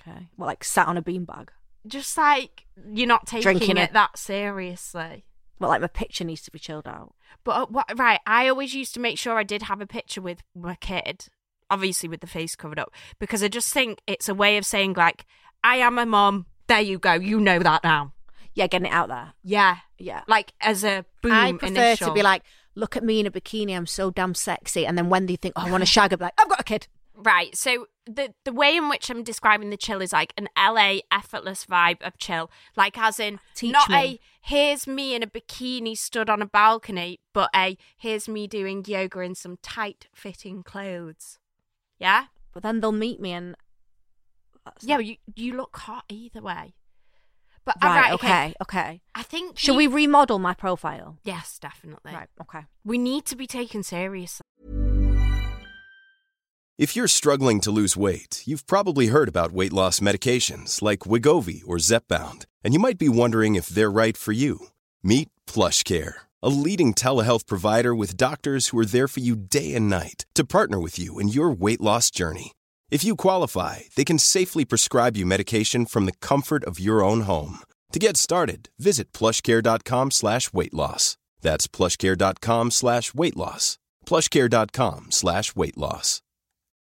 S4: Okay. Well, like sat on a beanbag.
S3: just like you're not taking
S4: Drinking
S3: it
S4: it.
S3: that seriously
S4: Well, like my picture needs to be chilled out.
S3: but uh, what, right i always used to make sure i did have a picture with my kid obviously with the face covered up because i just think it's a way of saying like i am a mom there you go you know that now
S4: Yeah, getting it out there.
S3: yeah
S4: Yeah.
S3: like as a boom
S4: I prefer to
S3: initial.
S4: be like, look at me in a bikini. I'm so damn sexy. And then when they think, oh,
S3: (laughs)
S4: I want to shag, I'll be like, I've got a kid.
S3: Right. So the the way in which I'm describing the chill is like an LA effortless vibe of chill, like as in
S4: Teach
S3: not
S4: me.
S3: a here's me in a bikini stood on a balcony, but a here's me doing yoga in some tight fitting clothes. Yeah.
S4: But then they'll meet me and. That's
S3: yeah.
S4: not-
S3: You you look hot either way. But
S4: Right,
S3: all Ah, right,
S4: okay.
S3: okay.
S4: Okay.
S3: I think
S4: Should
S3: you-
S4: we remodel my profile?
S3: Yes, definitely.
S4: Right. Okay.
S3: We need to be taken
S4: (laughs)
S3: seriously.
S7: If you're struggling to lose weight, you've probably heard about weight loss medications like Wigovi or Zepbound, and you might be wondering if they're right for you. Meet PlushCare, a leading telehealth provider with doctors who are there for you day and night to partner with you in your weight loss journey. If you qualify, they can safely prescribe you medication from the comfort of your own home. To get started, visit plushcare.com slash weight loss. That's plushcare.com slash weight loss. plushcare.com slash weight loss.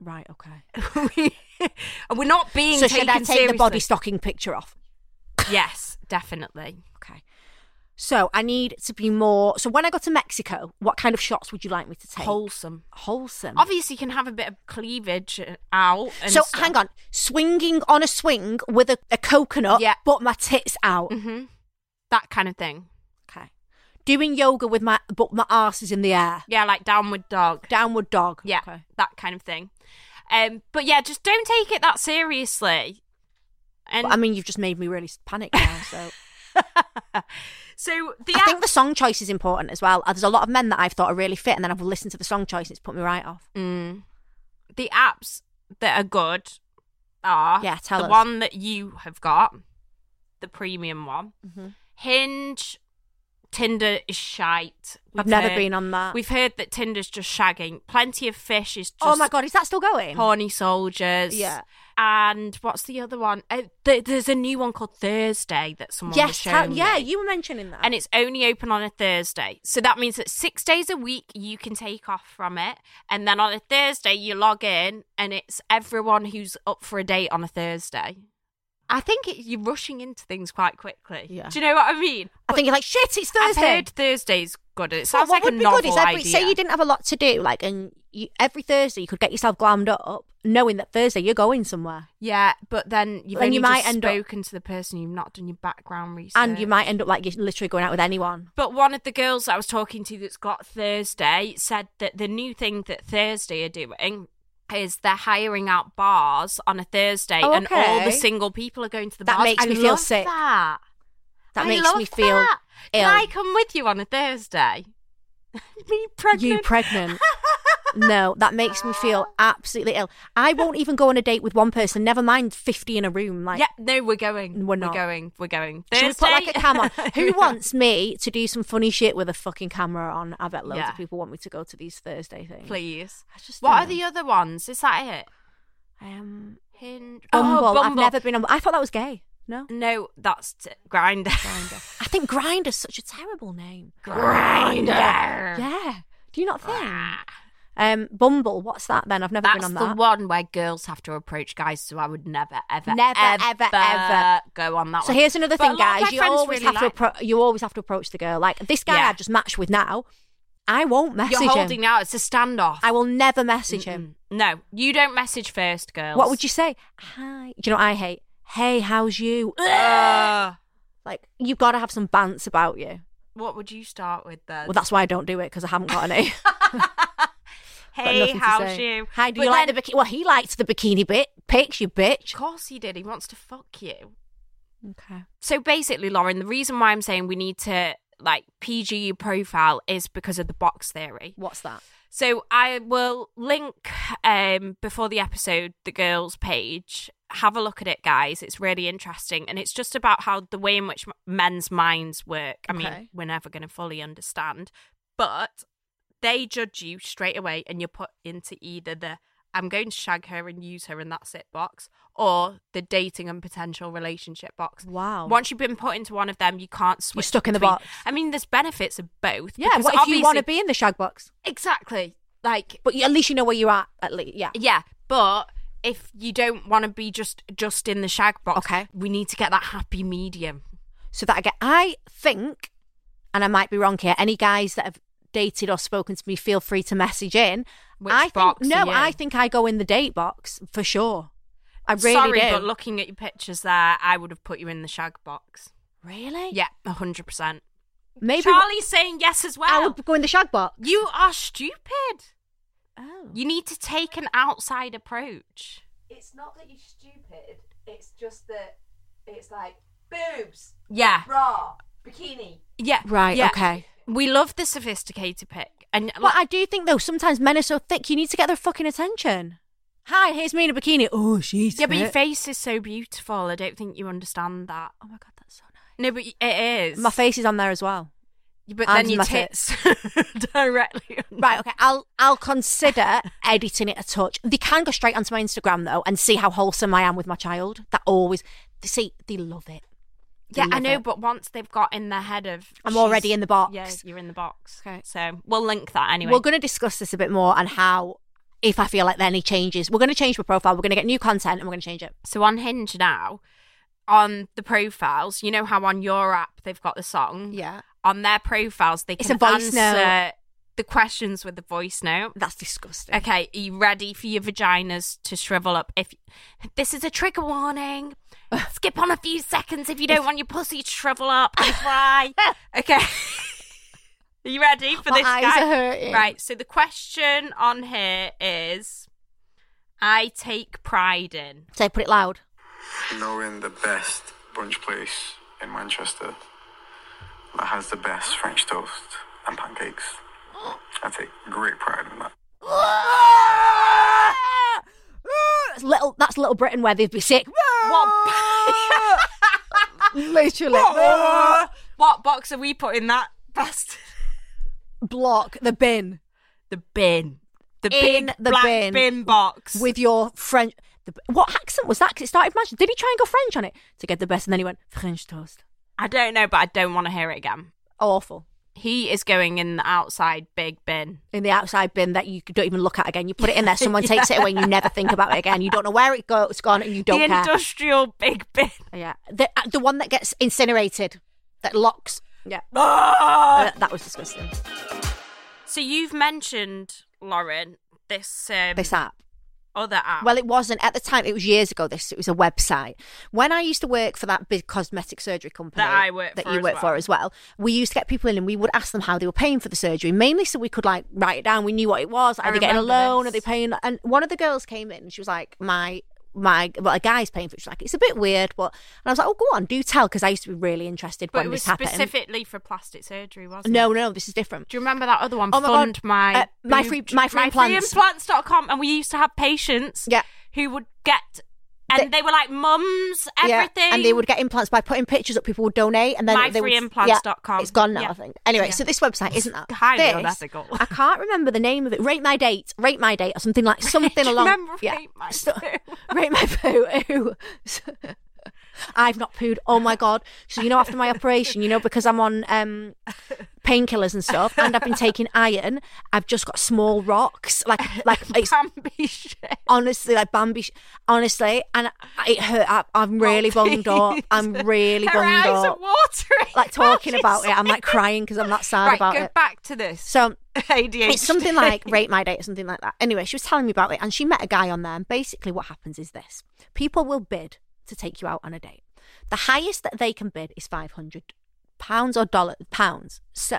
S4: Right. Okay.
S3: And We're not being
S4: so
S3: taken
S4: should I take
S3: seriously.
S4: the body stocking picture off?
S3: Yes, definitely.
S4: Okay. So I need to be more. So when I go to Mexico, what kind of shots would you like me to take?
S3: Wholesome.
S4: Wholesome.
S3: Obviously, you can have a bit of cleavage out. And
S4: so
S3: stuff.
S4: hang on, swinging on a swing with a, a coconut,
S3: Yeah.
S4: but my tits out.
S3: Mhm. that kind of thing.
S4: Okay. Doing yoga with my but my arse is in the air.
S3: Yeah, like downward dog.
S4: Downward dog.
S3: Yeah,
S4: Okay.
S3: that kind of thing. Um, but yeah, just don't take it that seriously. And
S4: But, I mean, you've just made me really panic
S3: (laughs)
S4: now. So
S3: so the
S4: I think
S3: app-
S4: the song choice is important as well. Uh, There's a lot of men that I've thought are really fit, and then I've listened to the song choice, and it's put me right off.
S3: Mm. the apps that are good are
S4: Yeah, tell
S3: the
S4: us.
S3: one that you have got, the premium one.
S4: Mm-hmm.
S3: Hinge, Tinder is shite. We've
S4: I've never
S3: heard-
S4: been on that.
S3: We've heard that Tinder's just shagging. Plenty of fish is just
S4: oh my god, is that still going?
S3: horny soldiers.
S4: Yeah.
S3: And what's the other one? Uh, th- there's a new one called Thursday that someone was
S4: yes,
S3: showing
S4: ta- yeah,
S3: me.
S4: you were mentioning that.
S3: And it's only open on a Thursday. So that means that six days a week you can take off from it. And then on a Thursday you log in and it's everyone who's up for a date on a Thursday. I think it, you're rushing into things quite quickly.
S4: Yeah.
S3: Do you know what I mean?
S4: I think you're like, shit, it's
S3: I've
S4: Thursday.
S3: heard Thursday's good. It sounds
S4: what
S3: like
S4: would
S3: a
S4: be
S3: novel
S4: good is every,
S3: idea.
S4: say you didn't have a lot to do, like, and you, every Thursday you could get yourself glammed up, knowing that Thursday you're going somewhere,
S3: Yeah, but then you've
S4: And
S3: only
S4: you might
S3: just
S4: end up-
S3: spoken to the person. You've not done your background research,
S4: and you might end up like you're literally going out with anyone.
S3: But one of the girls that I was talking to that's got Thursday said that the new thing that Thursday are doing is they're hiring out bars on a Thursday,
S4: Oh,
S3: and all
S4: okay.
S3: the single people are going to the
S4: That
S3: bars.
S4: makes
S3: I
S4: me feel
S3: love
S4: sick.
S3: That,
S4: That
S3: I
S4: makes
S3: love
S4: me feel
S3: that. Can
S4: ill.
S3: I come with you on a Thursday? (laughs) Me pregnant?
S4: You
S3: (laughs)
S4: pregnant? no, that makes me feel absolutely ill. I won't even go on a date with one person. Never mind fifty in a room. Like,
S3: yeah, no, we're going.
S4: We're not.
S3: going. We're going.
S4: should we put like a
S3: Thursday? (laughs)
S4: camera? Who wants me to do some funny shit with a fucking camera on? I bet loads
S3: Yeah.
S4: of people want me to go to these Thursday things.
S3: Please.
S4: I just
S3: What are
S4: don't
S3: the
S4: know.
S3: other ones? Is that it?
S4: Um,
S3: Hinge.
S4: Bumble.
S3: Oh, Bumble.
S4: I've never been on. I thought that was gay. No.
S3: No, that's t- grinder. (laughs)
S4: Grinder. I think Grinder's such a terrible name.
S3: grinder. Yeah,
S4: Yeah. Do you not think? Um, Bumble. What's that then? I've never
S3: that's
S4: been on
S3: the
S4: that.
S3: one where girls have to approach guys, so I would never, ever,
S4: Never, ever,
S3: ever,
S4: ever.
S3: go on that.
S4: So
S3: one.
S4: here's another
S3: But a
S4: thing,
S3: lot of my
S4: guys. You
S3: friends
S4: always
S3: really
S4: have to
S3: like-
S4: appro- you always have to approach the girl. Like this guy
S3: Yeah.
S4: I just matched with now, I won't message
S3: You're holding
S4: him.
S3: out. It's a standoff.
S4: I will never message him.
S3: Mm-mm. No, you don't message first, girls.
S4: What would you say? Hi. Do you know what I hate? Hey, how's you?
S3: Uh,
S4: Like you've got to have some bants about you.
S3: what would you start with then? (laughs)
S4: Well, that's why I don't do it because I haven't got any. Got
S3: hey,
S4: nothing to
S3: how's
S4: say.
S3: you?
S4: Hi, do
S3: But
S4: you like
S3: then-
S4: the bikini? Well, he liked the bikini bit. Pics, you bitch.
S3: Of course he did. He wants to fuck you.
S4: Okay.
S3: So basically, Lauren, the reason why I'm saying we need to like PG your profile is because of the box theory.
S4: What's that?
S3: So I will link um before the episode the girls page. Have a look at it, guys. It's really interesting, and it's just about how the way in which m- men's minds work. I
S4: Okay.
S3: mean, we're never going to fully understand, but they judge you straight away, and you're put into either the "I'm going to shag her and use her and that's it" box, or the dating and potential relationship box.
S4: Wow.
S3: Once you've been put into one of them, you can't switch.
S4: stuck in the
S3: between-
S4: box.
S3: I mean, there's benefits of both.
S4: yeah.
S3: because
S4: What if you want
S3: obviously-
S4: to be in the shag box?
S3: Exactly. Like
S4: But you, at least you know where you're at. At least, yeah.
S3: yeah, but if you don't want to be just just in the shag box,
S4: Okay.
S3: we need to get that happy medium.
S4: so that I get. I think, and I might be wrong here. Any guys that have dated or spoken to me, feel free to message in.
S3: Which
S4: I think,
S3: box are
S4: No,
S3: you?
S4: I think I go in the date box for sure. I really
S3: Sorry,
S4: do.
S3: but looking at your pictures there, I would have put you in the shag box.
S4: really,
S3: Yeah, hundred percent.
S4: maybe
S3: Charlie's saying yes as well.
S4: I would go in the shag box.
S3: You are stupid.
S4: Oh.
S3: You need to take an outside approach.
S5: It's not that you're stupid. It's just that it's like boobs,
S3: Yeah,
S5: bra, bikini.
S3: yeah,
S4: Right,
S3: yeah.
S4: okay.
S3: We love the sophisticated pick, and
S4: But I do think though, sometimes men are so thick, you need to get their fucking attention. Hi, here's me in a bikini. Oh, she's
S3: yeah, but your
S4: fit.
S3: face is so beautiful. I don't think you understand that.
S4: Oh my god, that's so nice.
S3: No, but it is
S4: My face is on there as well.
S3: But
S4: And
S3: then your
S4: my
S3: tits (laughs) directly. on-
S4: Right, okay. I'll I'll (laughs) consider editing it a touch. They can go straight onto my Instagram though and see how wholesome I am with my child. That always they see they love it. They
S3: Yeah, I
S4: love
S3: know,
S4: it.
S3: but once they've got in their head of
S4: I'm
S3: she's-
S4: already in the box.
S3: Yeah, you're in the box.
S4: Okay.
S3: So we'll link that anyway.
S4: We're going to discuss this a bit more and how if I feel like there are any changes, we're going to change my profile. We're going to get new content and we're going to change it.
S3: so on Hinge now, on the profiles, you know how on your app they've got the song?
S4: Yeah,
S3: On their profiles they
S4: It's
S3: can
S4: a voice note.
S3: answer the questions with the voice note.
S4: that's disgusting.
S3: Okay, are you ready for your vaginas to shrivel up? If this is a trigger
S4: (laughs)
S3: warning, skip on a few seconds if you don't want your pussy to shrivel up and
S4: (laughs)
S3: cry. okay, are you ready for
S4: My
S3: this?
S4: eyes
S3: guy?
S4: are hurting.
S3: Right. So the question on here is, I take pride
S4: (laughs)
S3: in. (laughs)
S4: So put it loud.
S6: knowing the best brunch place in Manchester that has the best French toast and pancakes. I take great pride in that.
S4: That's little. That's Little Britain where they'd be sick.
S3: What?
S4: (laughs) Literally. (laughs)
S3: what, what box are we putting that bastard?
S4: Block the bin
S3: The bin. The
S4: In
S3: big
S4: the
S3: black
S4: bin.
S3: bin. box.
S4: with your French. The, what accent was that? Because it started French. Did he try and go French on it to get the best? And then he went French toast.
S3: I don't know, but I don't want to hear it again.
S4: Awful.
S3: He is going in the outside big bin.
S4: In the outside bin that you don't even look at again. You put it in there. (laughs) Someone takes it away. and You never think about it again. You don't know where it go, it's gone, and you don't
S3: the
S4: care.
S3: industrial big bin.
S4: yeah. The uh, the one that gets incinerated, that locks. Yeah.
S3: Ah!
S4: Uh, that was disgusting.
S3: so you've mentioned Lauren this um,
S4: This app.
S3: other app.
S4: Ah. Well, it wasn't at the time. It was years ago. This it was a website. When I used to work for that big cosmetic surgery company
S3: That I work
S4: that
S3: for
S4: you
S3: as
S4: work for
S3: well.
S4: as well, we used to get people in and we would ask them how they were paying for the surgery, mainly so we could like write it down. We knew what it was. Are
S3: I
S4: they getting a
S3: remember
S4: loan? Are they
S3: this.
S4: paying? And one of the girls came in and she was like, "My." My well, a guy's paying for it. She's like, it's a bit weird, but and I was like, oh, go on, do tell, because I used to be really interested
S3: but
S4: when
S3: it was
S4: this happened.
S3: specifically for plastic surgery, wasn't
S4: no,
S3: it?
S4: no, this is different.
S3: Do you remember that other one?
S4: Oh my God.
S3: Fund my
S4: Uh, My
S3: boob-
S4: Free- My Free Implants.
S3: freeimplants.com. and we used to have patients
S4: Yeah.
S3: who would get and
S4: They-
S3: they, were like mums,
S4: Yeah,
S3: everything.
S4: and they would get implants by putting pictures up. People would donate, and then they would,
S3: Myfreeimplants.com.
S4: It's gone now,
S3: Yeah.
S4: I think. Anyway,
S3: Yeah.
S4: so this website isn't that
S3: Highly
S4: this,
S3: unethical.
S4: I can't remember the name of it. Rate my date, rate my date, or
S3: (laughs)
S4: something like something
S3: Do you
S4: along.
S3: remember Rate My Poo?
S4: (laughs) rate my poo. (laughs) I've not pooed. Oh my god! So you know, after my operation, you know, because I'm on um, painkillers and stuff, and I've been taking iron, I've just got small rocks, like like it's
S3: Bambi (laughs) shit.
S4: honestly like Bambi. sh- Honestly, and I- it hurt. I, I'm really bunged up.
S3: (laughs)
S4: I'm really
S3: Her
S4: bunged
S3: eyes
S4: up.
S3: are watering. (laughs)
S4: Like talking
S3: She's
S4: about it,
S3: saying-
S4: I'm like crying because I'm that sad
S3: right,
S4: about
S3: go
S4: it.
S3: back to this. (laughs)
S4: So
S3: ADHD. (laughs)
S4: it's something like rate my date or something like that. Anyway, she was telling me about it, and she met a guy on there. And basically, what happens is this: people will bid to take you out on a date. The highest that they can bid is five hundred pounds or dollar pounds. So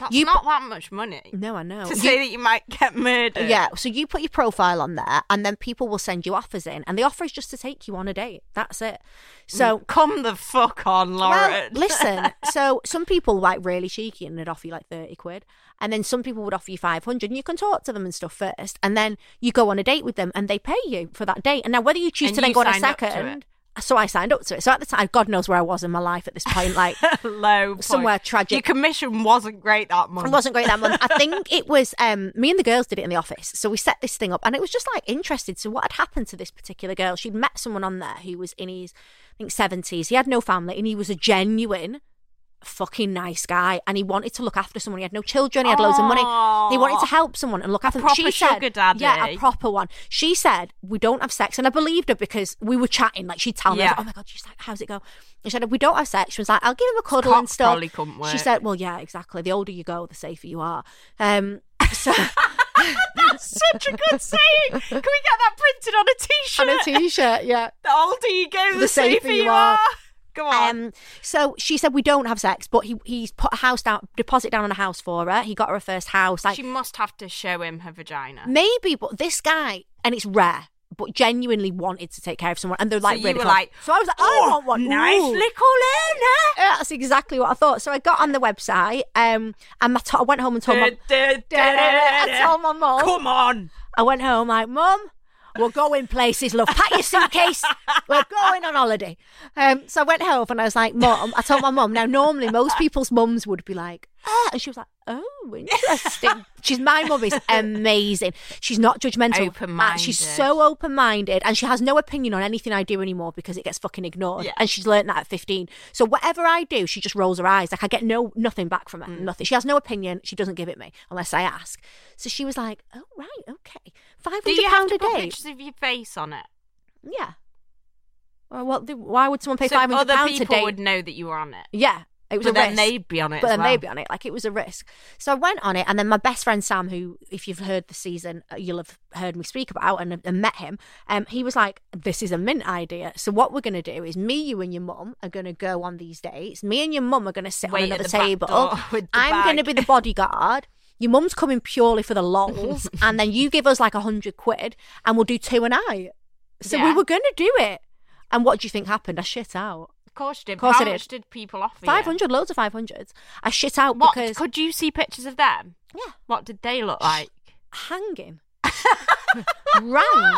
S3: That's
S4: you-
S3: not that much money.
S4: no, I know
S3: to
S4: (laughs) You-
S3: say that you might get murdered.
S4: Yeah, so you put your profile on there, and then people will send you offers in, and the offer is just to take you on a date. That's it. So
S3: Mm. come the fuck on,
S4: Well,
S3: Lauren. (laughs)
S4: listen. So some people were, like really cheeky and they'd offer you like thirty quid, and then some people would offer you five hundred, and you can talk to them and stuff first, and then you go on a date with them, and they pay you for that date. And now whether you choose
S3: And
S4: to then
S3: you
S4: go on a
S3: signed up to
S4: second, so I signed up to it. So at the time, God knows where I was in my life at this point. Like
S3: low point.
S4: somewhere tragic.
S3: Your commission wasn't great that month.
S4: It wasn't great that month. I think it was um, me and the girls did it in the office. So we set this thing up and it was just like interested. So what had happened to this particular girl? She'd met someone on there who was in his, I think, 70s. He had no family and he was a genuine fucking nice guy and he wanted to look after someone. He had no children. He had loads of money. He wanted to help someone and look after them.
S3: proper
S4: She said,
S3: sugar daddy.
S4: Yeah, a proper one. She said, we don't have sex. And I believed her because we were chatting. Like she'd tell me,
S3: Yeah.
S4: I was like, oh my God, she's like, how's it go? And she said, we don't have sex. She was like, I'll give him a cuddle
S3: cock
S4: and stuff.
S3: probably couldn't
S4: She
S3: work.
S4: said, well, yeah, exactly. The older you go, the safer you are.
S3: (laughs)
S4: Um, so
S3: That's (laughs) such a good saying. Can we get that printed on a t-shirt?
S4: on a t-shirt, yeah.
S3: the older you go, the, safer, you are. Go on.
S4: Um, so she said we don't have sex, but he he's put a house down, deposit down on a house for her. He got her a first house. Like
S3: she must have to show him her vagina.
S4: maybe, but this guy, and it's rare, but genuinely wanted to take care of someone, and they're like
S3: so
S4: really.
S3: you were
S4: close.
S3: like,
S4: so I was like, I
S3: "Oh,
S4: want one.
S3: Nice
S4: Ooh.
S3: little Lena.
S4: Yeah, That's exactly what I thought. So I got on the website, um, and my to- I went home and told my (laughs) I told my mum.
S3: Come on.
S4: I went home like, Mum, we're going places, love. Pack your suitcase. We're going on holiday. Um, so I went home and I was like, Mum, I told my mum. Now, normally most people's mums would be like, ah, and she was like, oh, interesting. She's my mum is amazing. She's not judgmental.
S3: Open-minded.
S4: Uh, She's so open minded, and she has no opinion on anything I do anymore because it gets fucking ignored.
S3: Yeah.
S4: And she's learned that at fifteen. So whatever I do, she just rolls her eyes. Like I get no nothing back from her.
S3: Mm.
S4: Nothing. She has no opinion. She doesn't give it me unless I ask. So she was like, "Oh right, okay, five
S3: Do
S4: hundred
S3: you have
S4: pound
S3: to
S4: a
S3: put
S4: day."
S3: pictures of your face on it?
S4: Yeah. Well, what the- why would someone pay
S3: so
S4: five hundred
S3: other
S4: pounds a
S3: people
S4: day?
S3: would know that you were on it.
S4: Yeah, it was
S3: But
S4: a
S3: then
S4: risk.
S3: they'd be on it
S4: But
S3: as
S4: then
S3: well.
S4: they'd be on it. Like it was a risk. So I went on it, and then my best friend Sam, who, if you've heard the season, uh, you'll have heard me speak about and, and met him. Um, he was like, "This is a mint idea." So what we're gonna do is, me, you, and your mum are gonna go on these dates. Me and your mum are gonna sit
S3: Wait at
S4: on another
S3: the back
S4: table.
S3: door (laughs) with the
S4: I'm gonna
S3: bag.
S4: be the bodyguard. Your mum's coming purely for the lols,
S3: (laughs)
S4: and then you give us like a hundred quid, and we'll do two a night. So we
S3: Yeah.
S4: were gonna do it. And what do you think happened? I shit out.
S3: Of course you did.
S4: Of course
S3: How
S4: I did.
S3: much did people offer you?
S4: Five hundred, loads of five hundreds. I shit out
S3: What
S4: because
S3: could you see pictures of them?
S4: yeah,
S3: (laughs) What did they look like?
S4: hanging, rank,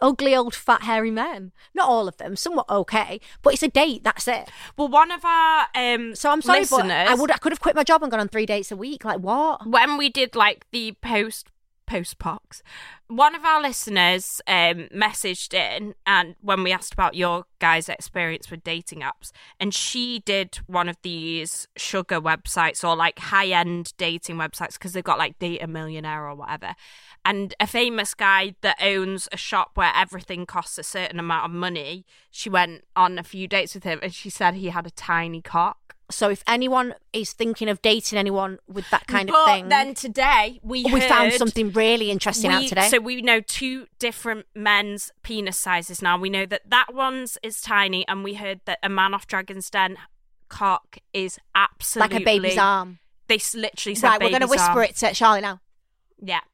S4: ugly old fat hairy men. Not all of them, somewhat okay, but it's a date. That's it.
S3: Well, one of our um,
S4: So I'm sorry,
S3: listeners,
S4: but I would I could have quit my job and gone on three dates a week. Like what?
S3: when we did like the post post pox one of our listeners um messaged in and when we asked about your guys experience with dating apps and she did one of these sugar websites or like high end dating websites because they've got like date a millionaire or whatever and a famous guy that owns a shop where everything costs a certain amount of money she went on a few dates with him and she said he had a tiny cock
S4: So if anyone is thinking of dating anyone with that kind
S3: But
S4: of thing, Oh,
S3: then today we
S4: we found
S3: heard-
S4: something really interesting out
S3: We-
S4: today.
S3: So we know two different men's penis sizes now. We know that that one's is tiny, and we heard that a man off Dragon's Den cock is
S4: like
S3: absolutely
S4: a baby's arm.
S3: They s- literally said,
S4: Right, we're going to
S3: baby's
S4: whisper
S3: arm.
S4: it to Charlie now.
S3: Yeah,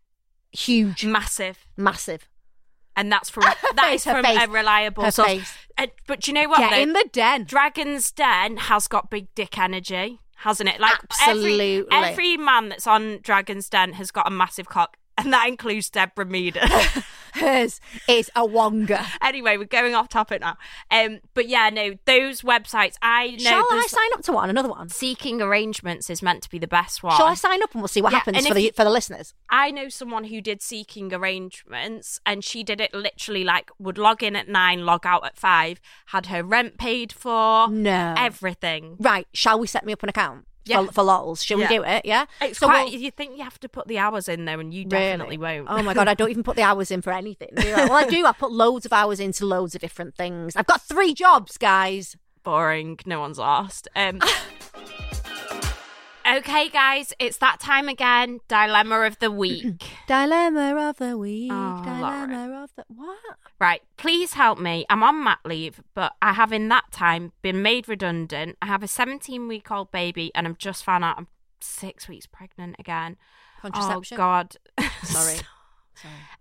S4: Huge,
S3: massive,
S4: massive.
S3: and that's from that
S4: Face,
S3: is
S4: (laughs) her
S3: from
S4: face,
S3: a reliable
S4: her
S3: source.
S4: face.
S3: Uh, but do you know what?
S4: Get
S3: though?
S4: in the (laughs) den.
S3: Dragon's Den has got big dick energy, hasn't it? Like
S4: Absolutely.
S3: every every man that's on Dragon's Den has got a massive cock, and that includes Deborah
S4: (laughs)
S3: Meader.
S4: Hers is a wonga.
S3: (laughs) anyway, we're going off topic now. Um, but yeah, no, those websites. I know.
S4: Shall I
S3: there's-
S4: sign up to one? Another one?
S3: Seeking arrangements is meant to be the best one.
S4: Shall I sign up and we'll see what
S3: Yeah,
S4: happens
S3: and
S4: for
S3: if
S4: the
S3: you-
S4: for the listeners?
S3: I know someone who did seeking arrangements and she did it literally like would log in at nine, log out at five, had her rent paid for,
S4: No.
S3: everything.
S4: Right? Shall we set me up an account?
S3: Yeah.
S4: For, for lols, shall
S3: Yeah.
S4: we do it? Yeah.
S3: It's
S4: So
S3: quite,
S4: we'll-
S3: you think you have to put the hours in there and you
S4: Really?
S3: definitely won't.
S4: Oh my god, I don't even put the hours in for anything. You're like, well, I do. I put loads of hours into loads of different things. I've got three jobs, guys.
S3: (laughs) boring. No one's asked. Um, okay, guys, it's that time again. Dilemma of the week.
S4: Dilemma of the week.
S3: Oh,
S4: dilemma
S3: Lauren.
S4: of the what?
S3: Right, please help me. I'm on mat leave, but I have in that time been made redundant. I have a 17 week old baby, and I've just found out I'm six weeks pregnant again.
S4: Contraception.
S3: Oh, God. (laughs)
S4: Sorry.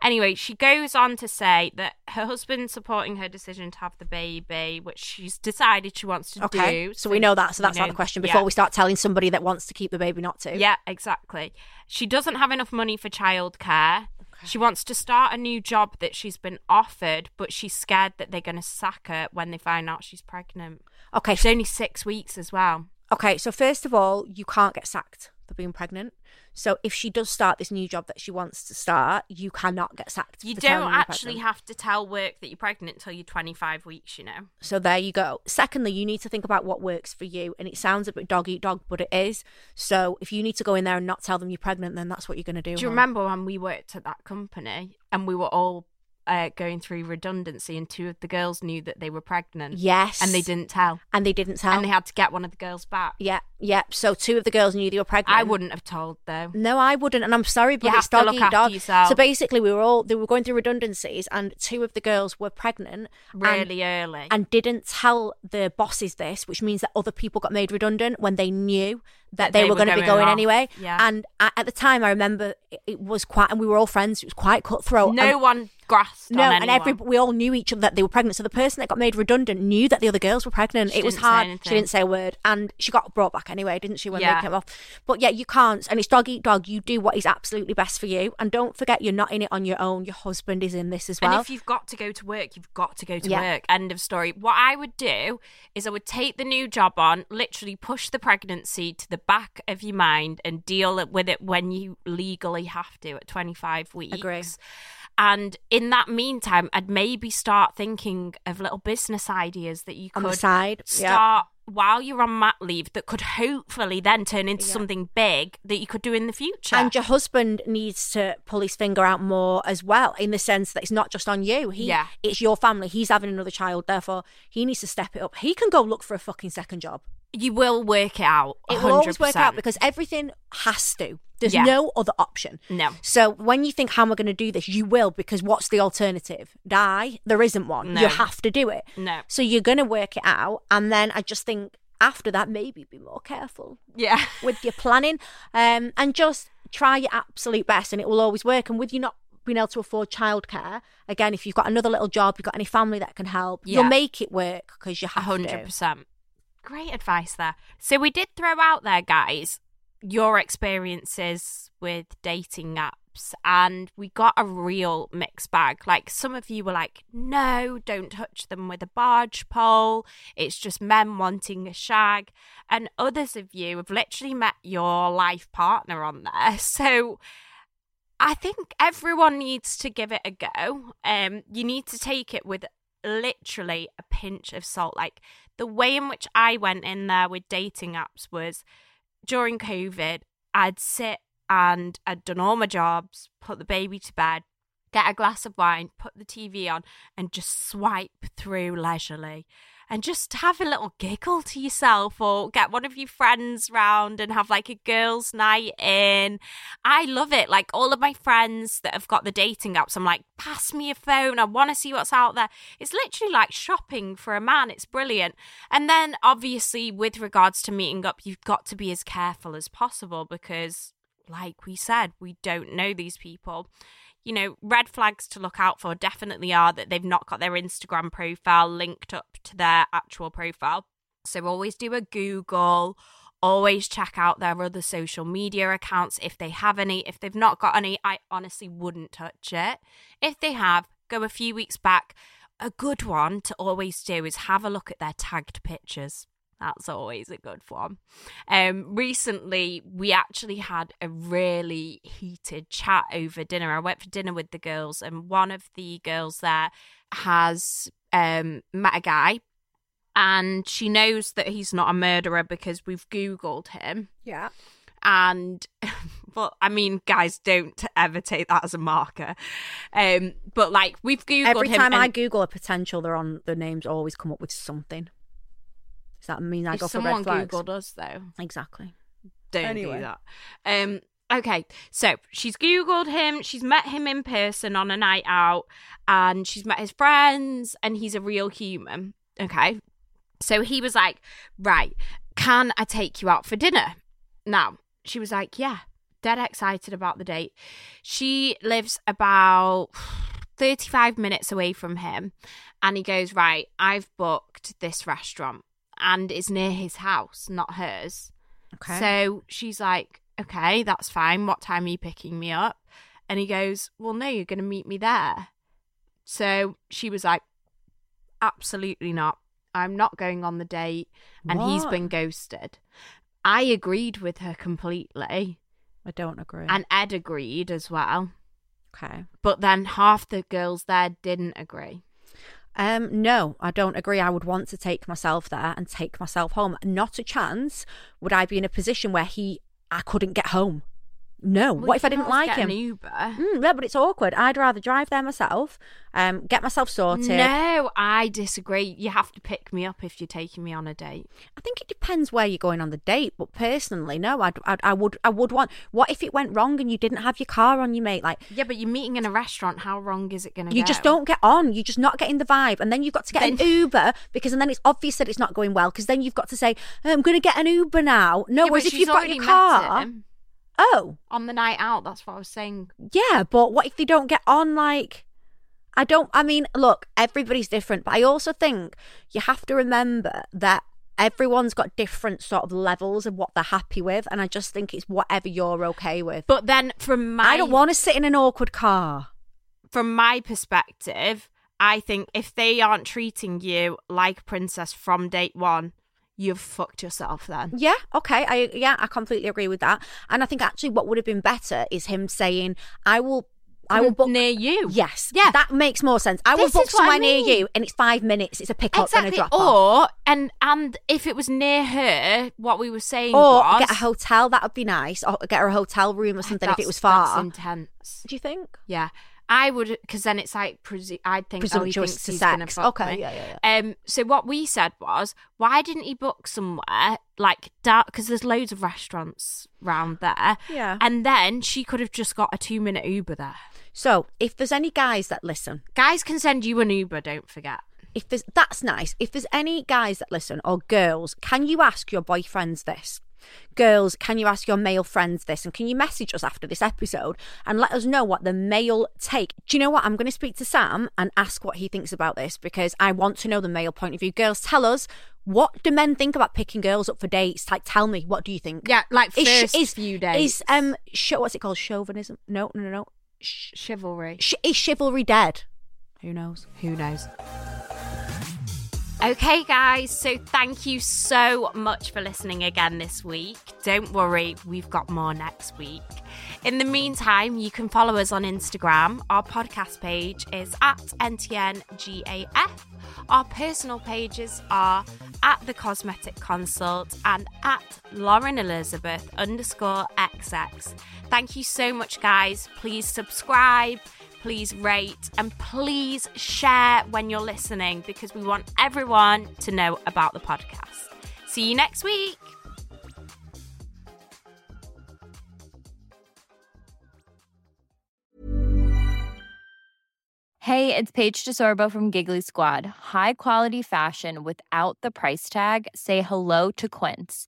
S3: Anyway, she goes on to say that her husband's supporting her decision to have the baby, which she's decided she wants to
S4: Okay.
S3: do.
S4: So we know that. So
S3: we
S4: that's not
S3: know-
S4: the question.
S3: yeah.
S4: Before we start telling somebody that wants to keep the baby not to.
S3: Yeah, exactly. She doesn't have enough money for childcare. She wants to start a new job that she's been offered, but she's scared that they're going to sack her when they find out she's pregnant.
S4: Okay.
S3: She's only six weeks as well.
S4: Okay, so first of all, you can't get sacked for being pregnant. So if she does start this new job that she wants to start, you cannot get sacked.
S3: You
S4: for telling
S3: don't
S4: you're
S3: actually
S4: pregnant.
S3: have to tell work that you're pregnant until you're 25 weeks, you know.
S4: So there you go. Secondly, you need to think about what works for you. And it sounds a bit dog eat dog, but it is. So if you need to go in there and not tell them you're pregnant, then that's what you're going to do.
S3: Do you
S4: hon.
S3: remember when we worked at that company and we were all uh, going through redundancy and two of the girls knew that they were pregnant?
S4: Yes.
S3: And they didn't tell.
S4: And they didn't tell.
S3: And they had to get one of the girls back.
S4: yeah, yeah. So two of the girls knew they were pregnant.
S3: I wouldn't have told, though.
S4: No, I wouldn't, and I'm sorry, but
S3: You
S4: it's
S3: have to
S4: dog
S3: look
S4: eat
S3: after
S4: dog.
S3: yourself.
S4: So basically, we were all they were going through redundancies, and two of the girls were pregnant, and-
S3: Really early.
S4: and didn't tell the bosses this, which means that other people got made redundant when they knew that they, were, going to be going
S3: off.
S4: anyway.
S3: Yeah.
S4: And a- at the time, I remember it, it was quite, and we were all friends. It was quite cutthroat.
S3: no
S4: Oh, and,
S3: one grasped
S4: no,
S3: on
S4: and
S3: anyone.
S4: every we all knew each other that they were pregnant. So the person that got made redundant knew that the other girls were pregnant.
S3: She
S4: it was
S3: didn't say
S4: hard. She
S3: anything.
S4: didn't say a word, and she got brought back anyway, didn't she? When
S3: Yeah.
S4: they came off, but yeah, you can't. And it's dog eat dog. You do what is absolutely best for you, and don't forget you're not in it on your own. Your husband is in this as well.
S3: And if you've got to go to work, you've got to go to
S4: Yeah.
S3: work. End of story. What I would do is I would take the new job on, literally push the pregnancy to the back of your mind and deal it- with it when you legally have to at 25 weeks.
S4: Agree.
S3: And in that meantime, I'd maybe start thinking of little business ideas that you
S4: On
S3: could
S4: the side, yeah.
S3: start while you're on mat leave that could hopefully then turn into
S4: Yeah.
S3: something big that you could do in the future.
S4: And your husband needs to pull his finger out more as well, in the sense that it's not just on you. He,
S3: Yeah.
S4: It's your family. He's having another child. Therefore, he needs to step it up. He can go look for a fucking second job.
S3: you will work it out.
S4: It will always work
S3: 100%.
S4: out because everything has to. There's
S3: Yeah.
S4: no other option.
S3: No.
S4: So when you think, how am I going to do this? You will because what's the alternative? Die? There isn't one.
S3: No.
S4: You have to do it.
S3: No.
S4: So you're going to work it out. And then I just think after that, maybe be more careful
S3: (laughs) Yeah.
S4: with your planning um, and just try your absolute best and it will always work and with you not being able to afford childcare again if you've got another little job you've got any family that can help
S3: Yeah.
S4: you'll make it work because you
S3: A
S4: have
S3: hundred
S4: 100%.
S3: percent. Great advice there. So we did throw out there, guys, your experiences with dating apps. tips and we got a real mixed bag. Like some of you were like, no, don't touch them with a barge pole. It's just men wanting a shag. And others of you have literally met your life partner on there. (laughs) So I think everyone needs to give it a go. Um, you need to take it with literally a pinch of salt. Like the way in which I went in there with dating apps was during COVID, I'd sit and I'd done all my jobs, put the baby to bed, get a glass of wine, put the TV on, and just swipe through leisurely. And just have a little giggle to yourself, or get one of your friends round and have like a girls' night in. I love it. Like all of my friends that have got the dating apps, I'm like, pass me a phone. I want to see what's out there. It's literally like shopping for a man. It's brilliant. And then, obviously, with regards to meeting up, you've got to be as careful as possible because like we said, we don't know these people. You know, red flags to look out for definitely are that they've not got their Instagram profile linked up to their actual profile. So always do a Google, always check out their other social media accounts if they have any. If they've not got any, I honestly wouldn't touch it. If they have, go a few weeks back. A good one to always do is have a look at their tagged pictures. That's always a good one. Um, recently, we actually had a really heated chat over dinner. I went for dinner with the girls, and one of the girls there has um, met a guy, and she knows that he's not a murderer because we've Googled him.
S4: Yeah.
S3: And, (laughs) but I mean, guys, don't ever take that as a marker. Um, but like, we've Googled
S4: Every
S3: him.
S4: time
S3: and-
S4: I Google a potential, they're on the names always come up with something. Does that mean I
S3: if
S4: go for
S3: someone
S4: red flags?
S3: Googled us, though,
S4: Exactly.
S3: don't
S4: Anyway.
S3: do that. Um, okay, so she's googled him, she's met him in person on a night out, and she's met his friends, and he's a real human. Okay, so he was like, "Right, can I take you out for dinner?" Now she was like, "Yeah." Dead excited about the date. She lives about 35 minutes away from him. And he goes, Right, I've booked this restaurant and it's near his house, not hers.
S4: Okay.
S3: So she's like, okay, that's fine. What time are you picking me up? And he goes, well, no, you're going to meet me there. So she was like, absolutely not. I'm not going on the date. And he's
S4: What?
S3: been ghosted. I agreed with her completely.
S4: I don't agree.
S3: And Ed agreed as well.
S4: okay.
S3: But then half the girls there didn't agree.
S4: Um, no, I don't agree. I would want to take myself there and take myself home. Not a chance would I be in a position where he I couldn't get home. No.
S3: Well,
S4: Oh, what if
S3: you
S4: I didn't
S3: can
S4: like
S3: always get
S4: him?
S3: An Uber.
S4: Mm, yeah, but it's awkward. I'd rather drive there myself, um, get myself sorted.
S3: No, I disagree. You have to pick me up if you're taking me on a date.
S4: I think it depends where you're going on the date, but personally, no, I'd, I'd, I would, I would want. What if it went wrong and you didn't have your car on you, mate? Like
S3: Yeah, but you're meeting in a restaurant. How wrong is it going to
S4: you just don't get on. You're just not getting the vibe, and then you've got to get an
S3: Then- (laughs)
S4: Uber because, and then it's obvious that it's not going well because then you've got to say, "I'm going to get an Uber now." No, whereas if you've got your car, oh
S3: on the night out. That's what I was saying.
S4: yeah, but what if they don't get on? Like, I don't. I mean, look, everybody's different, but I also think you have to remember that. Everyone's got different sort of levels of what they're happy with, and I just think it's whatever you're okay with.
S3: But then from my
S4: I don't want to sit in an awkward car.
S3: from my perspective, I think if they aren't treating you like a princess from date one, you've fucked yourself. Then
S4: Yeah, okay. I yeah, I completely agree with that. And I think actually what would have been better is him saying, I will I will book
S3: near you.
S4: Yes.
S3: Yeah.
S4: That makes more sense. I
S3: This
S4: will book
S3: is what I
S4: somewhere near
S3: mean.
S4: you and it's five minutes, it's a pickup and a
S3: Exactly.
S4: drop off.
S3: Or and and if it was near her, what we were saying
S4: Or
S3: was
S4: get a hotel, that would be nice. Or get her a hotel room or something if it
S3: That's-
S4: was
S3: That's
S4: far.
S3: intense.
S4: Do you think?
S3: Yeah. I would, because then it's like, presu- I'd think, oh, he
S4: Presumptuous
S3: thinks
S4: to
S3: he's going to
S4: sex.
S3: fuck
S4: Okay,
S3: me.
S4: yeah, yeah,
S3: Um, so what we said was, why didn't he book somewhere like dark? Because there's loads of restaurants round there.
S4: Yeah.
S3: And then she could have just got a two minute Uber there.
S4: So if there's any guys that listen,
S3: Guys can send you an Uber, don't forget.
S4: if there's that's nice. If there's any guys that listen or girls, can you ask your boyfriends this? Girls, can you ask your male friends this? And can you message us after this episode and let us know what the male take? Do you know what? I'm going to speak to Sam and ask what he thinks about this because I want to know the male point of view. Girls, tell us what do men think about picking girls up for dates? Like, tell me, what do you think?
S3: Yeah, like
S4: Is sh-
S3: first
S4: is,
S3: few days.
S4: Is um, sh- what's it called? Chauvinism? No, no, no, no. Sh-
S3: Chivalry.
S4: sh- is chivalry dead? Who knows?
S3: Who knows? Okay, guys, so thank you so much for listening again this week. Don't worry, we've got more next week. In the meantime, you can follow us on Instagram. Our podcast page is at NTNGAF. Our personal pages are at The Cosmetic Consult and at Lauren Elizabeth underscore XX. Thank you so much, guys. Please subscribe please rate and please share when you're listening because we want everyone to know about the podcast. See you next week.
S8: Hey, it's Paige DeSorbo from Giggly Squad. High quality fashion without the price tag. Say hello to Quince.